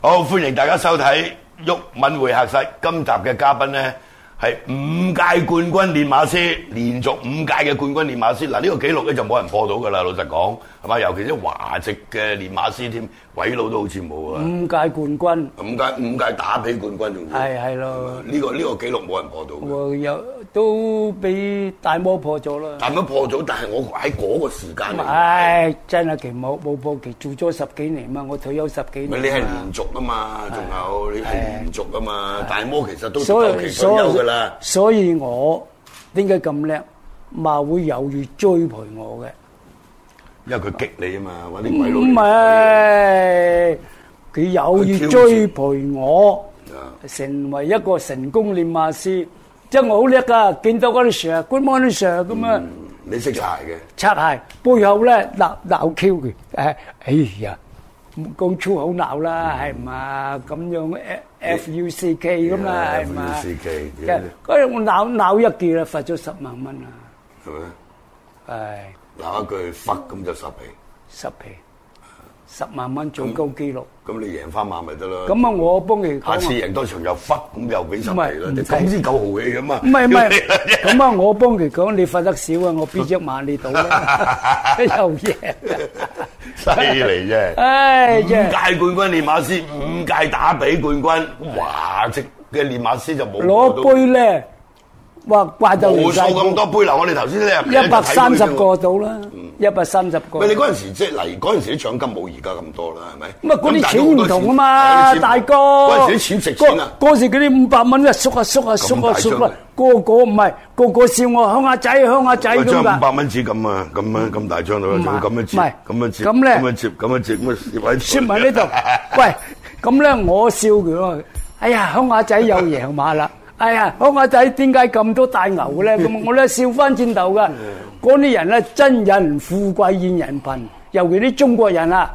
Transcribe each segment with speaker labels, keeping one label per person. Speaker 1: 好，歡迎大家收睇《毓民會客室》。今集嘅嘉賓咧係五屆冠軍練馬師，連續五屆嘅冠軍練馬師。嗱，呢個紀錄咧就冇人破到㗎啦。老實講，係嘛？尤其啲華籍嘅練馬師添，鬼佬都好似冇啊。
Speaker 2: 五屆冠軍，
Speaker 1: 五屆五屆打比冠軍仲要
Speaker 2: 係係咯，
Speaker 1: 呢個呢個紀錄冇人破到嘅。
Speaker 2: 我又都俾大魔破咗啦。
Speaker 1: 但係咁破咗，但係我喺嗰個時間嚟。
Speaker 2: 唉，真係期冇冇破期，做咗十幾年嘛，我退休十幾
Speaker 1: 咪
Speaker 2: 年。
Speaker 1: 你係連續啊嘛，仲有你係連續啊嘛，大魔其實都
Speaker 2: 所
Speaker 1: 到期
Speaker 2: 以
Speaker 1: 退
Speaker 2: 所
Speaker 1: 休㗎
Speaker 2: 以
Speaker 1: 啦。
Speaker 2: 所以我點解咁叻？馬會有意追陪我嘅，
Speaker 1: 因為佢激你啊嘛，揾啲鬼佬
Speaker 2: 唔啊
Speaker 1: 嚟
Speaker 2: 係佢有意
Speaker 1: 佢挑戰
Speaker 2: 追陪我。
Speaker 1: 啊
Speaker 2: 成為一個成功練馬師，即係我好叻噶，見到嗰啲 Sir，Good morning Sir 咁
Speaker 1: Ừ.
Speaker 2: 啊，
Speaker 1: 你識柴嘅，
Speaker 2: 擦鞋背後咧鬧鬧 Q 佢，誒，哎呀，唔講粗口鬧啦，係嘛？咁樣 F U C K 咁啦，係嘛
Speaker 1: FUCK？
Speaker 2: 嘅嗰日我鬧鬧一句啦，罰咗十萬蚊啊，
Speaker 1: 係咪？
Speaker 2: 唉，
Speaker 1: 鬧一句 fuck 咁就十皮，
Speaker 2: 十皮，十萬蚊最高紀錄。
Speaker 1: 咁你贏翻馬咪得咯。
Speaker 2: 咁啊，我幫佢講
Speaker 1: 下次
Speaker 2: 啊。
Speaker 1: 贏多場又 fuck 咁又俾十皮啦，
Speaker 2: 唔係
Speaker 1: 你咁先夠豪氣啊嘛。
Speaker 2: 唔係唔 係，
Speaker 1: Dạ.
Speaker 2: 咁啊！我幫佢講，你瞓得少啊，我邊只晚你到啦，又嘢。
Speaker 1: 犀利 啫！
Speaker 2: 啊唉，
Speaker 1: 五
Speaker 2: 真係
Speaker 1: 屆冠軍練馬師，五屆打比冠軍，華籍嘅練馬師就冇
Speaker 2: 攞杯咧，哇掛到
Speaker 1: 無數
Speaker 2: 嚟晒，
Speaker 1: 咁多杯嗱，我哋頭先咧
Speaker 2: 一百三十個。到啦，一百三十個。
Speaker 1: 喂，你
Speaker 2: 咁啊，
Speaker 1: 嗰陣時即係嚟嗰陣時啲獎金冇而家咁多啦，係咪？
Speaker 2: 嗰
Speaker 1: 咁
Speaker 2: 啲
Speaker 1: 但係都好
Speaker 2: 錢唔
Speaker 1: 多
Speaker 2: 同啊嘛，
Speaker 1: 係啲錢
Speaker 2: 大哥。
Speaker 1: 嗰陣時啲錢值錢啊！
Speaker 2: 嗰嗰時嗰啲五百蚊啊，縮啊縮啊縮啊
Speaker 1: 咁
Speaker 2: 縮
Speaker 1: 大
Speaker 2: 啊，個個唔係個個笑我鄉下仔鄉下仔
Speaker 1: 喂
Speaker 2: 咁
Speaker 1: 張五百
Speaker 2: 㗎。
Speaker 1: 蚊紙咁啊，咁樣咁大張到啦，
Speaker 2: 唔係
Speaker 1: 仲要咁樣接，
Speaker 2: 唔係
Speaker 1: 咁樣接，
Speaker 2: 咁咧
Speaker 1: 咁樣接，咁樣接，咁樣攝喺
Speaker 2: 説 埋呢度，喂，咁咧我笑佢喎，哎呀，鄉下仔又贏 馬啦！哎呀，鄉下仔點解咁多大牛咧？咁我咧笑翻轉頭噶，嗰啲人咧真人富貴現人貧，尤其啲中國人啊，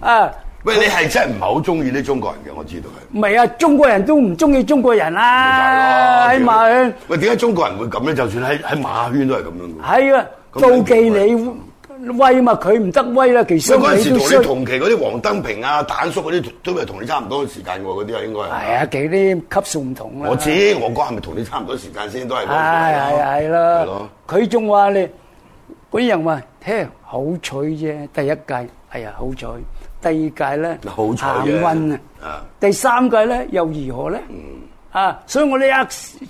Speaker 2: 啊，
Speaker 1: 喂，你係真係唔係好中意啲中國人嘅，我知道係。
Speaker 2: 唔係啊，中國人都唔中意中國人啊啦，
Speaker 1: 大佬
Speaker 2: 喺馬圈，
Speaker 1: 喂，點解中國人會咁咧？就算喺喺馬圈都係咁樣嘅。
Speaker 2: 係啊，
Speaker 1: 咁
Speaker 2: 妒忌
Speaker 1: 你
Speaker 2: 你威嘛，佢唔得威啦，其實
Speaker 1: 所以嗰陣時
Speaker 2: 你都
Speaker 1: 同
Speaker 2: 衰
Speaker 1: 你。同期嗰啲黃登平啊、蛋叔嗰啲都係同你差唔多時間喎，嗰啲啊應該
Speaker 2: 係
Speaker 1: 係。
Speaker 2: 啊，幾啲級數唔同啦。啊
Speaker 1: 我知，我講係咪同你差唔多時間先都係嗰個時啊
Speaker 2: 係
Speaker 1: 間咯。
Speaker 2: 係係
Speaker 1: 係咯
Speaker 2: 啦，佢仲話你嗰啲人話，聽好彩啫，第一屆係啊好彩，第二屆咧
Speaker 1: 好彩啫
Speaker 2: 行運
Speaker 1: 啊嗯
Speaker 2: 啊，第三屆咧又如何咧？啊，所以我呢一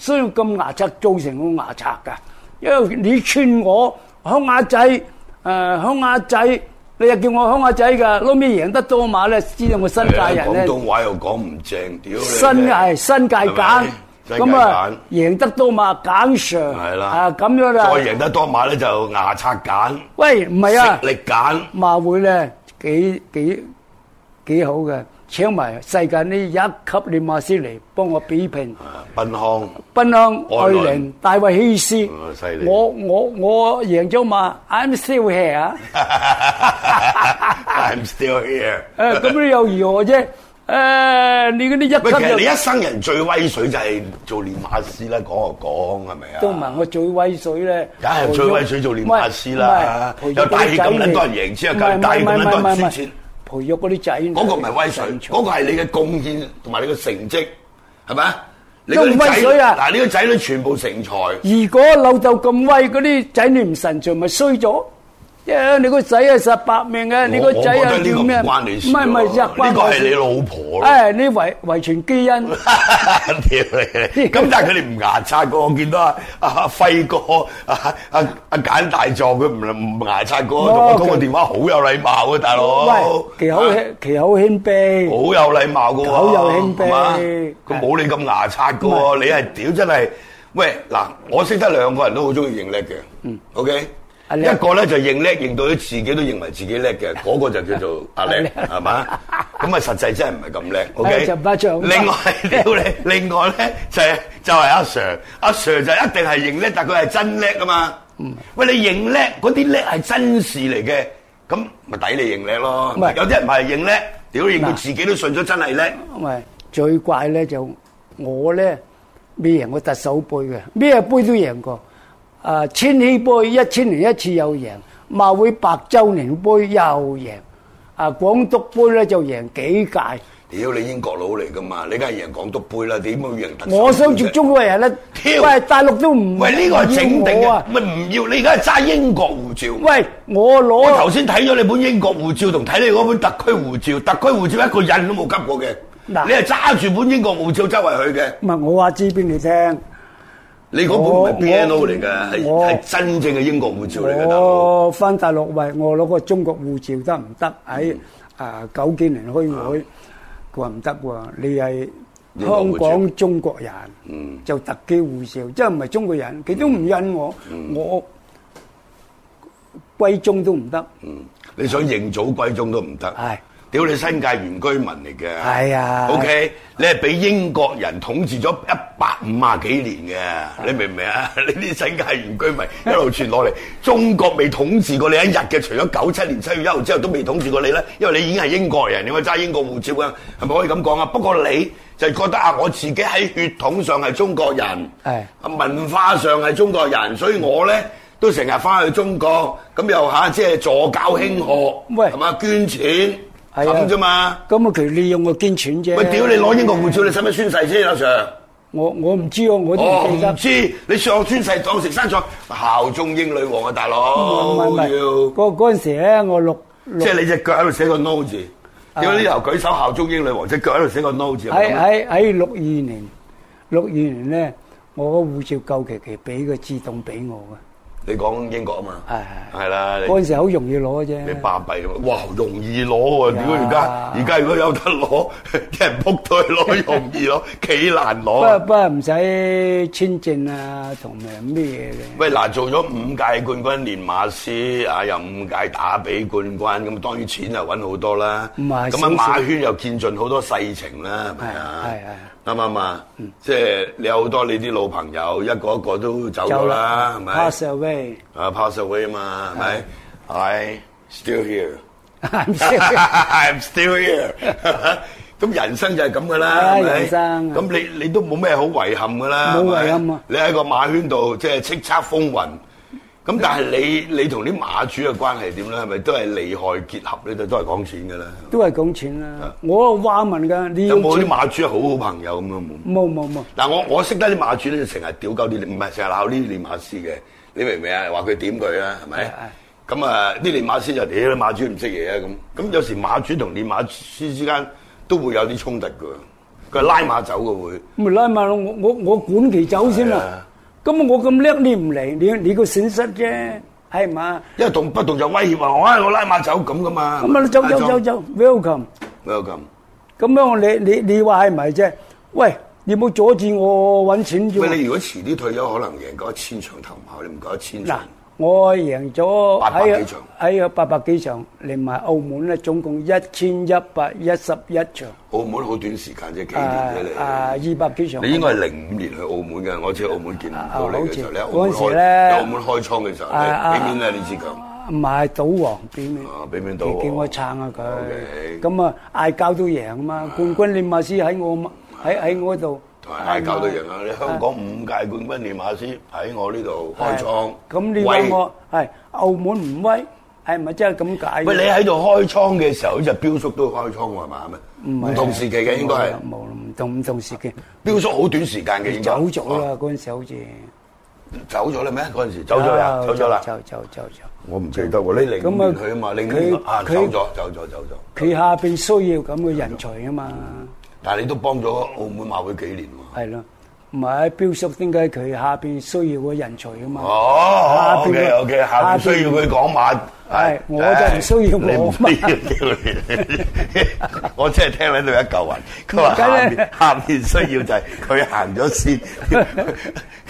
Speaker 2: 需要咁牙刷造成個牙刷噶，因為你串我鄉下仔，誒鄉下仔，你又叫我鄉下仔㗎，撈尾贏得多馬咧，知道我新界人
Speaker 1: 廣
Speaker 2: 咧。
Speaker 1: 東話又講唔正，屌你！
Speaker 2: 新啊係新界揀，
Speaker 1: 係咪
Speaker 2: 咁
Speaker 1: 新
Speaker 2: 啊
Speaker 1: 界
Speaker 2: 贏得多嘛，揀 Sir
Speaker 1: 揀係啦，
Speaker 2: 啊咁
Speaker 1: 再
Speaker 2: 樣啦。
Speaker 1: 贏得多馬咧就牙刷揀，
Speaker 2: 喂，唔係啊
Speaker 1: 食，力揀。
Speaker 2: 馬會咧幾幾幾好嘅，請埋世界呢一級練馬師嚟幫我比拼。
Speaker 1: 奔康
Speaker 2: 賓香、
Speaker 1: 愛
Speaker 2: 愛
Speaker 1: 倫
Speaker 2: 玲、大衛希
Speaker 1: 哦犀
Speaker 2: 斯
Speaker 1: 利，
Speaker 2: 我我我贏咗嘛，I'm still here 啊！
Speaker 1: ，I'm still here。
Speaker 2: 誒咁你又如何啫？誒你嗰啲
Speaker 1: 喂，其實
Speaker 2: 一
Speaker 1: 你
Speaker 2: 級
Speaker 1: 一生人最威水就係做練馬師啦，講就講係咪啊？
Speaker 2: 又都唔係我最威水咧，
Speaker 1: 梗係最威水做練馬師啦
Speaker 2: 唔係
Speaker 1: 又帶起咁撚多人贏之後梗係帶起咁撚多人輸錢。
Speaker 2: 培育嗰啲仔女，
Speaker 1: 嗰個唔係威水，嗰個係你嘅貢獻同埋你嘅成績，係咪啊？你嗰啲
Speaker 2: 都唔威
Speaker 1: 仔
Speaker 2: 水啊
Speaker 1: 嗱，你個仔女全部成才，
Speaker 2: 如果老豆咁威，嗰啲仔女唔神像，咪衰咗。因為你個仔啊十八命嘅，你個
Speaker 1: 我
Speaker 2: 仔
Speaker 1: 我覺
Speaker 2: 啊
Speaker 1: 得呢個
Speaker 2: 叫
Speaker 1: 唔
Speaker 2: 咩？
Speaker 1: 關你事喎。
Speaker 2: 係唔係，
Speaker 1: 呢個係你老婆咯。
Speaker 2: 誒，你遺遺傳基 因。
Speaker 1: 屌 你！咁但係佢哋唔牙刷過，我見到啊阿輝哥、啊啊啊簡大狀，佢唔唔牙刷過，同我通個電話好有禮貌嘅啊大佬。
Speaker 2: 哦喂，其口
Speaker 1: 啊
Speaker 2: 輕其口輕
Speaker 1: 好
Speaker 2: 卑，
Speaker 1: 有禮貌嘅喎，
Speaker 2: 口有輕
Speaker 1: 係嘛
Speaker 2: 卑
Speaker 1: 佢冇你咁牙刷嘅喎，你係屌真係。喂嗱，我識得兩個人都好中意認叻嘅，嗯，OK。
Speaker 2: 阿
Speaker 1: 一
Speaker 2: 叻
Speaker 1: 個咧就認叻，認到佢自己都認為自己叻 嘅，嗰、個就叫做阿
Speaker 2: 阿
Speaker 1: 叻，
Speaker 2: 叻
Speaker 1: 係嘛？咁啊實際真係唔係咁叻，OK
Speaker 2: 係就唔係做
Speaker 1: 另外 屌你，另外咧就係、就係、阿 Sir，阿 Sir 就一定係認叻，但佢係真叻啊嘛。
Speaker 2: 嗯
Speaker 1: 喂，你認叻嗰啲叻係真事嚟嘅，咁咪抵你認叻咯。
Speaker 2: 唔係
Speaker 1: 有啲人唔係認叻，屌認到
Speaker 2: 嗱
Speaker 1: 自己都信咗真係叻。
Speaker 2: 喂，最怪咧就我咧未贏過特首杯嘅，咩杯都贏過。啊，千禧杯一千年一次又贏，馬會百周年杯又贏，啊，廣督杯咧就贏幾屆。
Speaker 1: 屌你英國佬嚟噶嘛？你梗係贏港督杯啦，點會贏特首杯啫？
Speaker 2: 我想接中國 人咧，
Speaker 1: 挑
Speaker 2: 喂大陸都唔
Speaker 1: 喂，呢個係整定
Speaker 2: 要我
Speaker 1: 嘅
Speaker 2: 啊，！
Speaker 1: 咪唔要你而家係揸英國護照。
Speaker 2: 喂，我
Speaker 1: 我頭
Speaker 2: 攞
Speaker 1: 先睇咗你本英國護照同睇你嗰本特區護照，特區護照一個印都冇急過嘅。
Speaker 2: 嗱
Speaker 1: 你係揸住本英國護照周圍去嘅，
Speaker 2: 唔係我話知俾你聽，
Speaker 1: 你嗰本唔係
Speaker 2: 我
Speaker 1: BNO 嚟嘅，係
Speaker 2: 我哦
Speaker 1: 係真正嘅英國護照嚟嘅，大佬。
Speaker 2: 我翻大陸喂，我攞個中國護照得唔得？喺啊九幾年開會，佢話唔得喎，你係
Speaker 1: 英國
Speaker 2: 香
Speaker 1: 護照
Speaker 2: 港中國人，就特機護照，即係唔係中國人，佢都唔印我，我歸宗都唔得，
Speaker 1: 嗯你想認祖歸宗都唔得。
Speaker 2: 係
Speaker 1: 屌你新界原居民嚟嘅。
Speaker 2: 係啊
Speaker 1: OK，你係俾英國人統治咗一百五啊幾年嘅，你明唔明啊？ 你啲新界原居民一路傳落嚟，中國未統治過你一日嘅，除咗九七年七月一號之後都未統治過你啦，因為你已經係英國人，你咪揸英國護照啊，係咪可以咁講啊？不過你就覺得啊，我自己喺血統上係中國人。
Speaker 2: 係。
Speaker 1: 啊文化上係中國人，所以我咧都成日翻去中國，咁又嚇即係助教興學，
Speaker 2: 喂啊
Speaker 1: 係嘛捐錢咁啫嘛。
Speaker 2: 咁啊，其實你用我捐錢啫。
Speaker 1: 喂，屌你攞英國護照，你使唔使宣誓先啊，Sir？
Speaker 2: 我我唔知喎，我都
Speaker 1: 哦，
Speaker 2: 唔記得
Speaker 1: 唔。知你上宣誓當食生菜，效忠英女王啊，大佬
Speaker 2: 唔係唔係，
Speaker 1: 要，
Speaker 2: 嗰嗰陣時咧，我六
Speaker 1: 即
Speaker 2: 六
Speaker 1: 係你隻腳喺度寫個 no 字，
Speaker 2: 啊
Speaker 1: 屌呢頭舉手效忠英女王，隻腳喺度寫個 no 字，係
Speaker 2: 喺
Speaker 1: 咪咁啊
Speaker 2: 喺喺六二年，六二年咧，我個護照夠期期俾佢自動俾我
Speaker 1: 你講英國啊嘛，
Speaker 2: 係
Speaker 1: 係啦，
Speaker 2: 嘅，
Speaker 1: 你
Speaker 2: 嗰陣時好容易攞
Speaker 1: 你
Speaker 2: 啫。
Speaker 1: 巴閉喎！哇，容易攞喎！屌
Speaker 2: 呀
Speaker 1: 而家而家如果有得攞， 啲人撲到去 攞容易攞，幾難
Speaker 2: 不過
Speaker 1: 攞。啊
Speaker 2: 不過唔使簽證啊，同埋咩嘢嘅。
Speaker 1: 喂，嗱，做咗五屆冠軍，連馬斯啊，又五屆打比冠軍，咁當然錢又揾好多啦。
Speaker 2: 唔係
Speaker 1: 咁啊，
Speaker 2: 少少
Speaker 1: 馬圈又見盡好多世情啦，係咪啊
Speaker 2: 係係？嗯
Speaker 1: 啱唔啱啊？即係你有好多你啲老朋友，一個一個都走咗啦，係咪？
Speaker 2: ，pass away。
Speaker 1: 啊，pass away 嘛，係咪？I still here。
Speaker 2: I'm serious
Speaker 1: I'm still here 咁人生就係咁噶啦，
Speaker 2: 係
Speaker 1: 係咪
Speaker 2: 人生
Speaker 1: 咁你你都冇咩好遺憾噶啦，
Speaker 2: 冇
Speaker 1: 係咪
Speaker 2: 遺憾啊
Speaker 1: 你喺個馬圈度即係叱咤風雲，咁但係你你同啲馬主嘅關係點咧？係咪都係利害結合咧？都都係講錢噶啦。
Speaker 2: 都係講錢啦。我話問㗎，你要
Speaker 1: 有冇啲
Speaker 2: 簽
Speaker 1: 馬主係好好朋友咁樣冇？
Speaker 2: 冇冇冇。
Speaker 1: 嗱，我我識得啲馬主咧，成日屌鳩啲，唔係成日鬧呢啲練馬師嘅，你明唔明啊？話佢點佢啊，係咪？咁啊，啲練馬師就屌你馬主唔識嘢啊咁。咁有時馬主同練馬師之間都會有啲衝突㗎，佢係拉馬走嘅會。
Speaker 2: 咪拉埋我我我管其走先
Speaker 1: 係
Speaker 2: 啦
Speaker 1: 啊。
Speaker 2: 咁我咁叻，你唔嚟，你你個損失啫，係嘛？
Speaker 1: 因為動不動就威脅話，我哎我拉馬走咁噶嘛。
Speaker 2: 咁啊，走走走
Speaker 1: 走
Speaker 2: 走，welcome。
Speaker 1: 咁。
Speaker 2: 咁樣你你你話係咪啫？喂，你冇阻止我揾錢啫
Speaker 1: 喂，你
Speaker 2: 喎。
Speaker 1: 如果遲啲退休，可能贏過一千場頭馬，你唔夠一千
Speaker 2: 嗱
Speaker 1: 場。，
Speaker 2: 我贏咗
Speaker 1: 八百幾
Speaker 2: 喺
Speaker 1: 場
Speaker 2: 喺八百幾場，連埋澳門咧，總共一千一百一十一場，
Speaker 1: 澳門好短時間啫，幾
Speaker 2: 啊
Speaker 1: 年啫
Speaker 2: 啊
Speaker 1: 你。
Speaker 2: 二百幾場。
Speaker 1: 你應該係零五年去澳門嘅，我知澳門見唔到你嘅時候，你喺澳門
Speaker 2: 啊嗰陣時
Speaker 1: 開，
Speaker 2: 咧
Speaker 1: 你喺澳門開倉嘅時候，
Speaker 2: 啊啊
Speaker 1: 你俾面啦李志強，
Speaker 2: 唔係賭王表面。
Speaker 1: 啊俾面到
Speaker 2: 佢
Speaker 1: 喎，
Speaker 2: 叫我撐下
Speaker 1: OK
Speaker 2: 佢，咁啊嗌交都贏啊嘛，冠軍練馬師喺我喺喺我度，
Speaker 1: 同埋嗌交都贏
Speaker 2: 啊
Speaker 1: 啦！你香港五屆冠軍練馬師喺我呢度開倉，
Speaker 2: 咁你話我係澳門唔威，係咪真係咁解？
Speaker 1: 喂喂，你喺度開倉嘅時候，好似標叔都開倉喎，係嘛？
Speaker 2: 唔係
Speaker 1: 唔同時期嘅應該係
Speaker 2: 冇啦冇啦唔同唔同時期，
Speaker 1: 標叔好短時間嘅應該
Speaker 2: 走咗啦
Speaker 1: 啊
Speaker 2: 嗰陣時好似啊
Speaker 1: 走咗啦咩？嗰陣時走咗啦，走咗啦，
Speaker 2: 走走走走。
Speaker 1: 我唔記得喎。你零五
Speaker 2: 咁啊
Speaker 1: 年去啊嘛，零五年
Speaker 2: 佢
Speaker 1: 啊走
Speaker 2: 佢
Speaker 1: 咗，走咗，走咗。
Speaker 2: 佢下邊需要咁嘅人才啊嘛，
Speaker 1: 但係你都幫咗澳門馬會幾年喎？
Speaker 2: 係咯，唔係標叔點解佢下邊需要嘅人才啊嘛？
Speaker 1: 哦
Speaker 2: 下邊
Speaker 1: ，OK
Speaker 2: 嘅
Speaker 1: OK，下邊
Speaker 2: 下邊
Speaker 1: 需要佢講馬，
Speaker 2: 係
Speaker 1: 係
Speaker 2: 我就唔需要
Speaker 1: 唉
Speaker 2: 我
Speaker 1: 你唔需要屌你，我真係聽喺度一嚿雲。佢話下
Speaker 2: 梗
Speaker 1: 面
Speaker 2: 係
Speaker 1: 下面需要就係佢行咗先，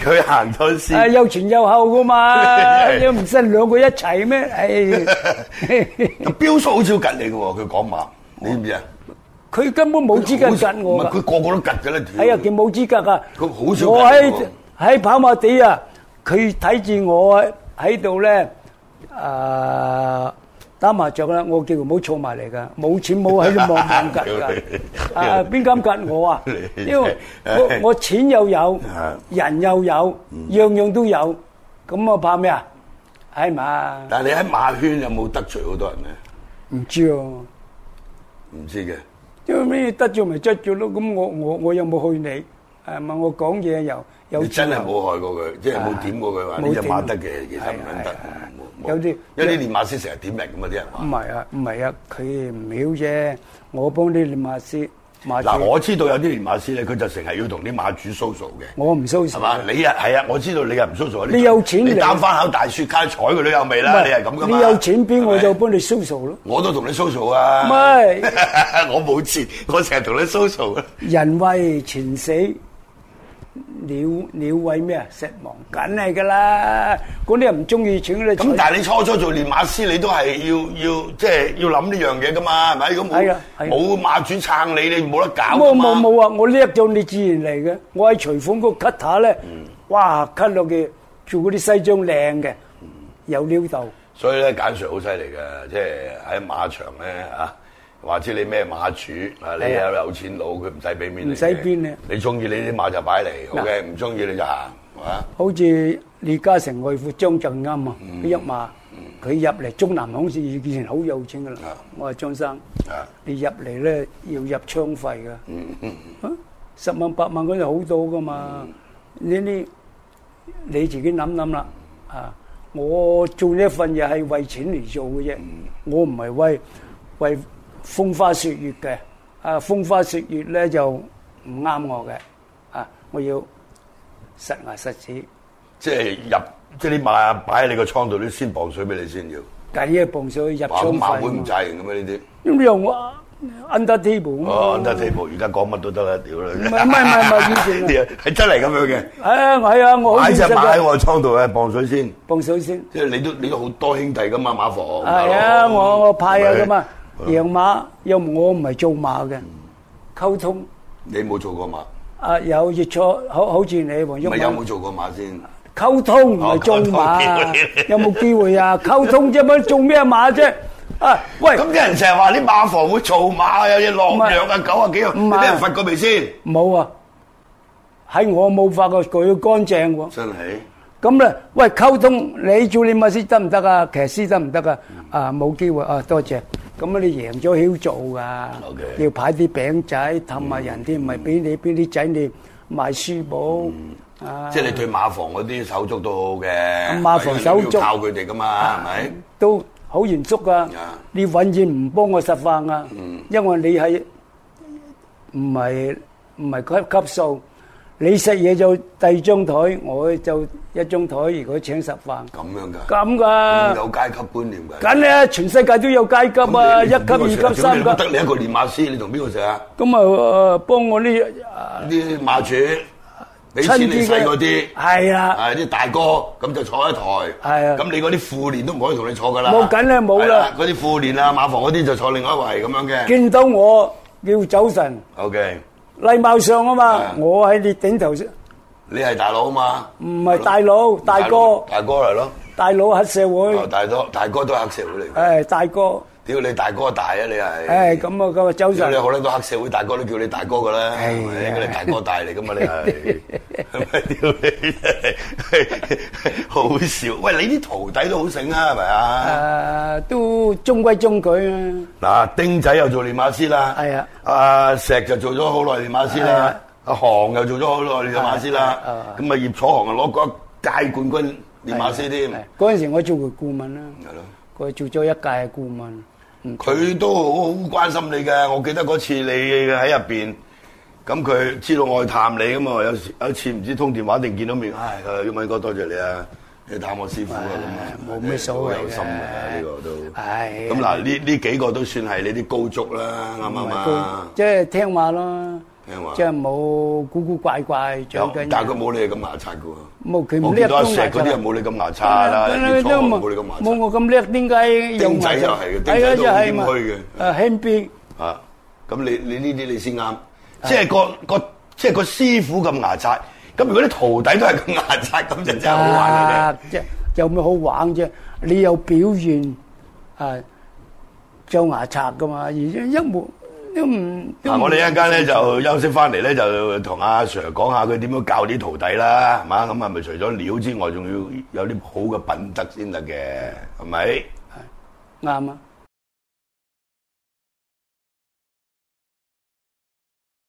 Speaker 1: 佢行咗
Speaker 2: 啊，
Speaker 1: 先。
Speaker 2: 有前有後噶嘛，
Speaker 1: 係
Speaker 2: 你唔信兩個一齊咩？ 唉。
Speaker 1: 咁標叔好少吉你嘅喎，佢講馬，你知唔知啊？
Speaker 2: 佢根本冇資格窒我
Speaker 1: 唔係佢
Speaker 2: 㗎，
Speaker 1: 個個都吉嘅啦，
Speaker 2: 係
Speaker 1: 屌
Speaker 2: 啊，佢冇資格噶。
Speaker 1: 佢好少
Speaker 2: 我
Speaker 1: 窒你
Speaker 2: 喺
Speaker 1: 喎
Speaker 2: 喺跑馬地啊，佢睇住我喺度咧，À, 誒打麻雀啦，我叫佢唔好坐埋嚟㗎，冇錢冇喺度望眼吉
Speaker 1: 屌
Speaker 2: 㗎。
Speaker 1: 你
Speaker 2: 啊邊敢吉我啊？
Speaker 1: 你
Speaker 2: 因為我我錢又有
Speaker 1: 啊，
Speaker 2: 人又有，樣樣都有，咁我怕咩啊？係嘛？
Speaker 1: 但係你喺馬圈有冇得罪好多人咧？
Speaker 2: 唔知喎，
Speaker 1: 唔知嘅。
Speaker 2: 最尾得咗咪捽咗咯。咁我我我有冇去你？係咪我講嘢又有
Speaker 1: 你真係
Speaker 2: 自由
Speaker 1: 冇害過佢，即係冇點過佢話呢只
Speaker 2: 冇
Speaker 1: 馬
Speaker 2: 點
Speaker 1: 得嘅，其實唔撚
Speaker 2: 係係
Speaker 1: 得
Speaker 2: 係。
Speaker 1: 冇冇
Speaker 2: 有啲
Speaker 1: 因為啲練馬師成日點人咁嘛，啲人
Speaker 2: 唔
Speaker 1: 話。
Speaker 2: 係啊，唔係啊，佢唔曉啫。我幫啲練馬師，馬
Speaker 1: 嗱，
Speaker 2: 主
Speaker 1: 我知道有啲練馬師咧，佢就成日要同啲馬主 social 嘅。
Speaker 2: 我唔收
Speaker 1: 係
Speaker 2: 錢
Speaker 1: 嘛？
Speaker 2: 嘅。
Speaker 1: 你啊，係啊，我知道你又唔 social
Speaker 2: 嗯你有錢
Speaker 1: 你
Speaker 2: 你
Speaker 1: 擔翻口大雪卡彩佢都有味啦，你係咁噶嘛？
Speaker 2: 你有錢邊我就
Speaker 1: 係咪
Speaker 2: 幫你 social 咯。
Speaker 1: 我都同你 social 啊！
Speaker 2: 唔係
Speaker 1: 我冇錢，我成日同你 social 啊！
Speaker 2: 人為前死，鳥鳥為咩啊？石亡，梗係噶啦。嗰啲人唔中意錢嗰啲。
Speaker 1: 咁但係你初初做練馬師，你都係要要即係要諗呢樣嘢噶嘛？係咪？咁
Speaker 2: 係
Speaker 1: 冇
Speaker 2: 啊係啊
Speaker 1: 冇馬主撐你，你冇得搞㗎
Speaker 2: 冇
Speaker 1: 嘛
Speaker 2: 冇冇啊！我叻到你自然嚟嘅。我喺廚房嗰 cut 下咧，哇 cut 落嘅，做嗰啲西裝靚嘅，有料到。
Speaker 1: 所以咧，簡 Sir 好犀利嘅，即係喺馬場咧啊，話知你咩馬主啊，你
Speaker 2: 係
Speaker 1: 有
Speaker 2: 啊
Speaker 1: 有錢佬，佢唔使俾面你嘅，
Speaker 2: 唔使邊啊
Speaker 1: 你中意你啲馬就擺嚟，OK，唔中意你就行，係嘛？
Speaker 2: 好似李嘉誠外父張振啱啊，佢一馬，佢入嚟中南行市以前好有錢噶啦
Speaker 1: 啊。
Speaker 2: 我話張生
Speaker 1: 啊，
Speaker 2: 你入嚟咧要入槍費噶，啊十萬八萬嗰陣好到噶嘛。呢啲你自己諗諗啦。啊，我做呢份嘢係為錢嚟做嘅啫，我唔係為為風花雪月嘅。啊，風花雪月咧就唔啱我嘅。啊，我要實牙實齒。
Speaker 1: 即係入即係啲馬擺喺你個倉度，都先磅水俾你先要。
Speaker 2: 第一磅水入
Speaker 1: 哇！咁
Speaker 2: 倉
Speaker 1: 馬會唔
Speaker 2: 費，
Speaker 1: 制型嘅咩呢啲？
Speaker 2: 咁又我 under table
Speaker 1: 哦 u
Speaker 2: 啊嘛
Speaker 1: n d e r t a b l 而家講乜都得啦，屌啦！唔
Speaker 2: 係唔係唔係唔係以前
Speaker 1: 係真係咁樣嘅。
Speaker 2: 啊，係啊，我好
Speaker 1: 擺
Speaker 2: 現
Speaker 1: 只
Speaker 2: 實
Speaker 1: 馬喺
Speaker 2: 嘅，
Speaker 1: 我倉度嘅磅水先，
Speaker 2: 磅水先。
Speaker 1: 即係你都你都好多兄弟噶嘛，馬房。
Speaker 2: 係
Speaker 1: 大
Speaker 2: 啊，
Speaker 1: 佬
Speaker 2: 我我派啊
Speaker 1: 嗯係咪
Speaker 2: 咁啊，養馬又唔我唔係做馬嘅，溝通
Speaker 1: 你冇做過馬？
Speaker 2: 啊有越錯，好好似你黃
Speaker 1: 咪有冇
Speaker 2: 毓
Speaker 1: 做過馬先？
Speaker 2: 溝通唔
Speaker 1: 哦
Speaker 2: 係做
Speaker 1: 溝
Speaker 2: 馬啊
Speaker 1: 通，
Speaker 2: 有冇機會啊？溝通啫嘛，做咩馬啫？啊，喂
Speaker 1: 咁，啲人成日話啲馬房會做馬，有嘢落藥啊，九啊幾啊，
Speaker 2: 唔
Speaker 1: 你
Speaker 2: 係
Speaker 1: 俾人罰過未先？
Speaker 2: 冇啊，喺我冇發覺佢乾淨喎。
Speaker 1: 真係
Speaker 2: 咁咧，喂，溝通你做你馬師得唔得啊？騎師得唔得啊？啊，冇機會啊，多謝。咁你贏咗曉做噶
Speaker 1: OK
Speaker 2: 要派啲餅仔氹下人啲，唔係俾你俾啲仔你賣書簿啊，
Speaker 1: 即係你對馬房嗰啲手足都好嘅，
Speaker 2: 馬房手足
Speaker 1: 要
Speaker 2: 啊
Speaker 1: 靠佢哋噶嘛，係咪？
Speaker 2: 都好嚴肅噶
Speaker 1: 啊。
Speaker 2: 你永遠唔幫我實飯啊，因為你係唔係唔係級級數。你食嘢就第二張台，我就一張台。如果請食飯，
Speaker 1: 咁樣㗎，
Speaker 2: 咁噶。
Speaker 1: 有階級觀念㗎。
Speaker 2: 梗係啊，全世界都有階級啊，一級、二級、三級。
Speaker 1: 得你一個練馬師，你同邊個食啊？
Speaker 2: 咁啊，誒幫我呢啊
Speaker 1: 啲馬主俾
Speaker 2: 親
Speaker 1: 錢你
Speaker 2: 啲
Speaker 1: 細嗰
Speaker 2: 嘅
Speaker 1: 啲，啊
Speaker 2: 係啦，
Speaker 1: 係啲大哥咁就坐一台。
Speaker 2: 係啊
Speaker 1: 咁你嗰啲副練都唔可以同你坐㗎啦。
Speaker 2: 冇緊啦冇啦
Speaker 1: 係啦。嗰啲副練啊，馬房嗰啲就坐另外一位咁樣嘅。
Speaker 2: 見到我叫早晨，
Speaker 1: OK，
Speaker 2: 禮貌上啊
Speaker 1: 係
Speaker 2: 嘛，我喺你頂頭先，
Speaker 1: 你係大佬啊嘛？
Speaker 2: 唔係大佬，大哥，嗯
Speaker 1: 大哥嚟咯。
Speaker 2: 大佬黑社會，
Speaker 1: 哦大哥，大哥都係黑社會嚟嘅。
Speaker 2: 誒大哥，
Speaker 1: 屌你大哥大啊！你係。
Speaker 2: 誒咁啊咁啊早
Speaker 1: 屌你
Speaker 2: 晨
Speaker 1: 好，撚多黑社會大哥都叫你大哥噶啦，
Speaker 2: 哎呀
Speaker 1: 係咪？你大哥大嚟噶嘛？你係係 咪屌你真係好笑？喂，你啲徒弟都好醒啊，係咪啊？
Speaker 2: 誒都中規中矩啊，
Speaker 1: 嗱，丁仔又做練馬師啦，
Speaker 2: 係啊，
Speaker 1: 阿石就做咗好耐練馬師
Speaker 2: 係
Speaker 1: 啦
Speaker 2: 啊，
Speaker 1: 阿航又做咗好耐練馬師啦
Speaker 2: 係啊，
Speaker 1: 咁啊葉楚航啊攞過一屆冠軍練馬師添，
Speaker 2: 係
Speaker 1: 係
Speaker 2: 嗰陣時我做佢顧問啦，
Speaker 1: 咯。
Speaker 2: 佢做咗一屆嘅顧問。嗯
Speaker 1: 佢都好關心你嘅，我記得嗰次你喺入邊，咁佢知道我去探你咁啊，有時有一次唔知通電話定見到面，唉，英文哥多謝你啊，你探我師傅啊咁啊，
Speaker 2: 冇咩所謂嘅
Speaker 1: 好有心啊呢個都。
Speaker 2: 唉
Speaker 1: 咁嗱，呢呢幾個都算係你啲高足啦，啱唔啱啊？
Speaker 2: 即係聽話咯，
Speaker 1: 聽話
Speaker 2: 即係冇古古怪怪，最
Speaker 1: 有
Speaker 2: 緊
Speaker 1: 但係
Speaker 2: 要
Speaker 1: 佢。冇你咁牙刷嘅喎。
Speaker 2: 冇佢
Speaker 1: 我見
Speaker 2: 唔叻
Speaker 1: 到阿
Speaker 2: 都
Speaker 1: 石嗰啲又冇你咁牙刷啦，葉楚
Speaker 2: 都
Speaker 1: 航
Speaker 2: 冇
Speaker 1: 冇你咁牙
Speaker 2: 冇
Speaker 1: 刷
Speaker 2: 我咁叻，點解有
Speaker 1: 丁仔又
Speaker 2: 牙
Speaker 1: 係嘅
Speaker 2: 刷
Speaker 1: 丁仔都
Speaker 2: 係啊
Speaker 1: 謙
Speaker 2: 嘛
Speaker 1: 虛嘅
Speaker 2: 誒輕邊
Speaker 1: 啊！咁你你呢啲你先啱，即係個個即係個師傅咁牙刷，咁如果啲徒弟都係咁牙刷，咁就真係好玩啦！
Speaker 2: 啊！即係有咩好玩啫？你有表現啊，有牙刷噶嘛？而一冇都唔
Speaker 1: 嗱，啊我哋一陣間咧就休息翻嚟咧，就同阿 Sir 講下佢點樣教啲徒弟啦，係嘛？咁係咪除咗料之外，仲要有啲好嘅品德先得嘅，係咪？
Speaker 2: 啱啊！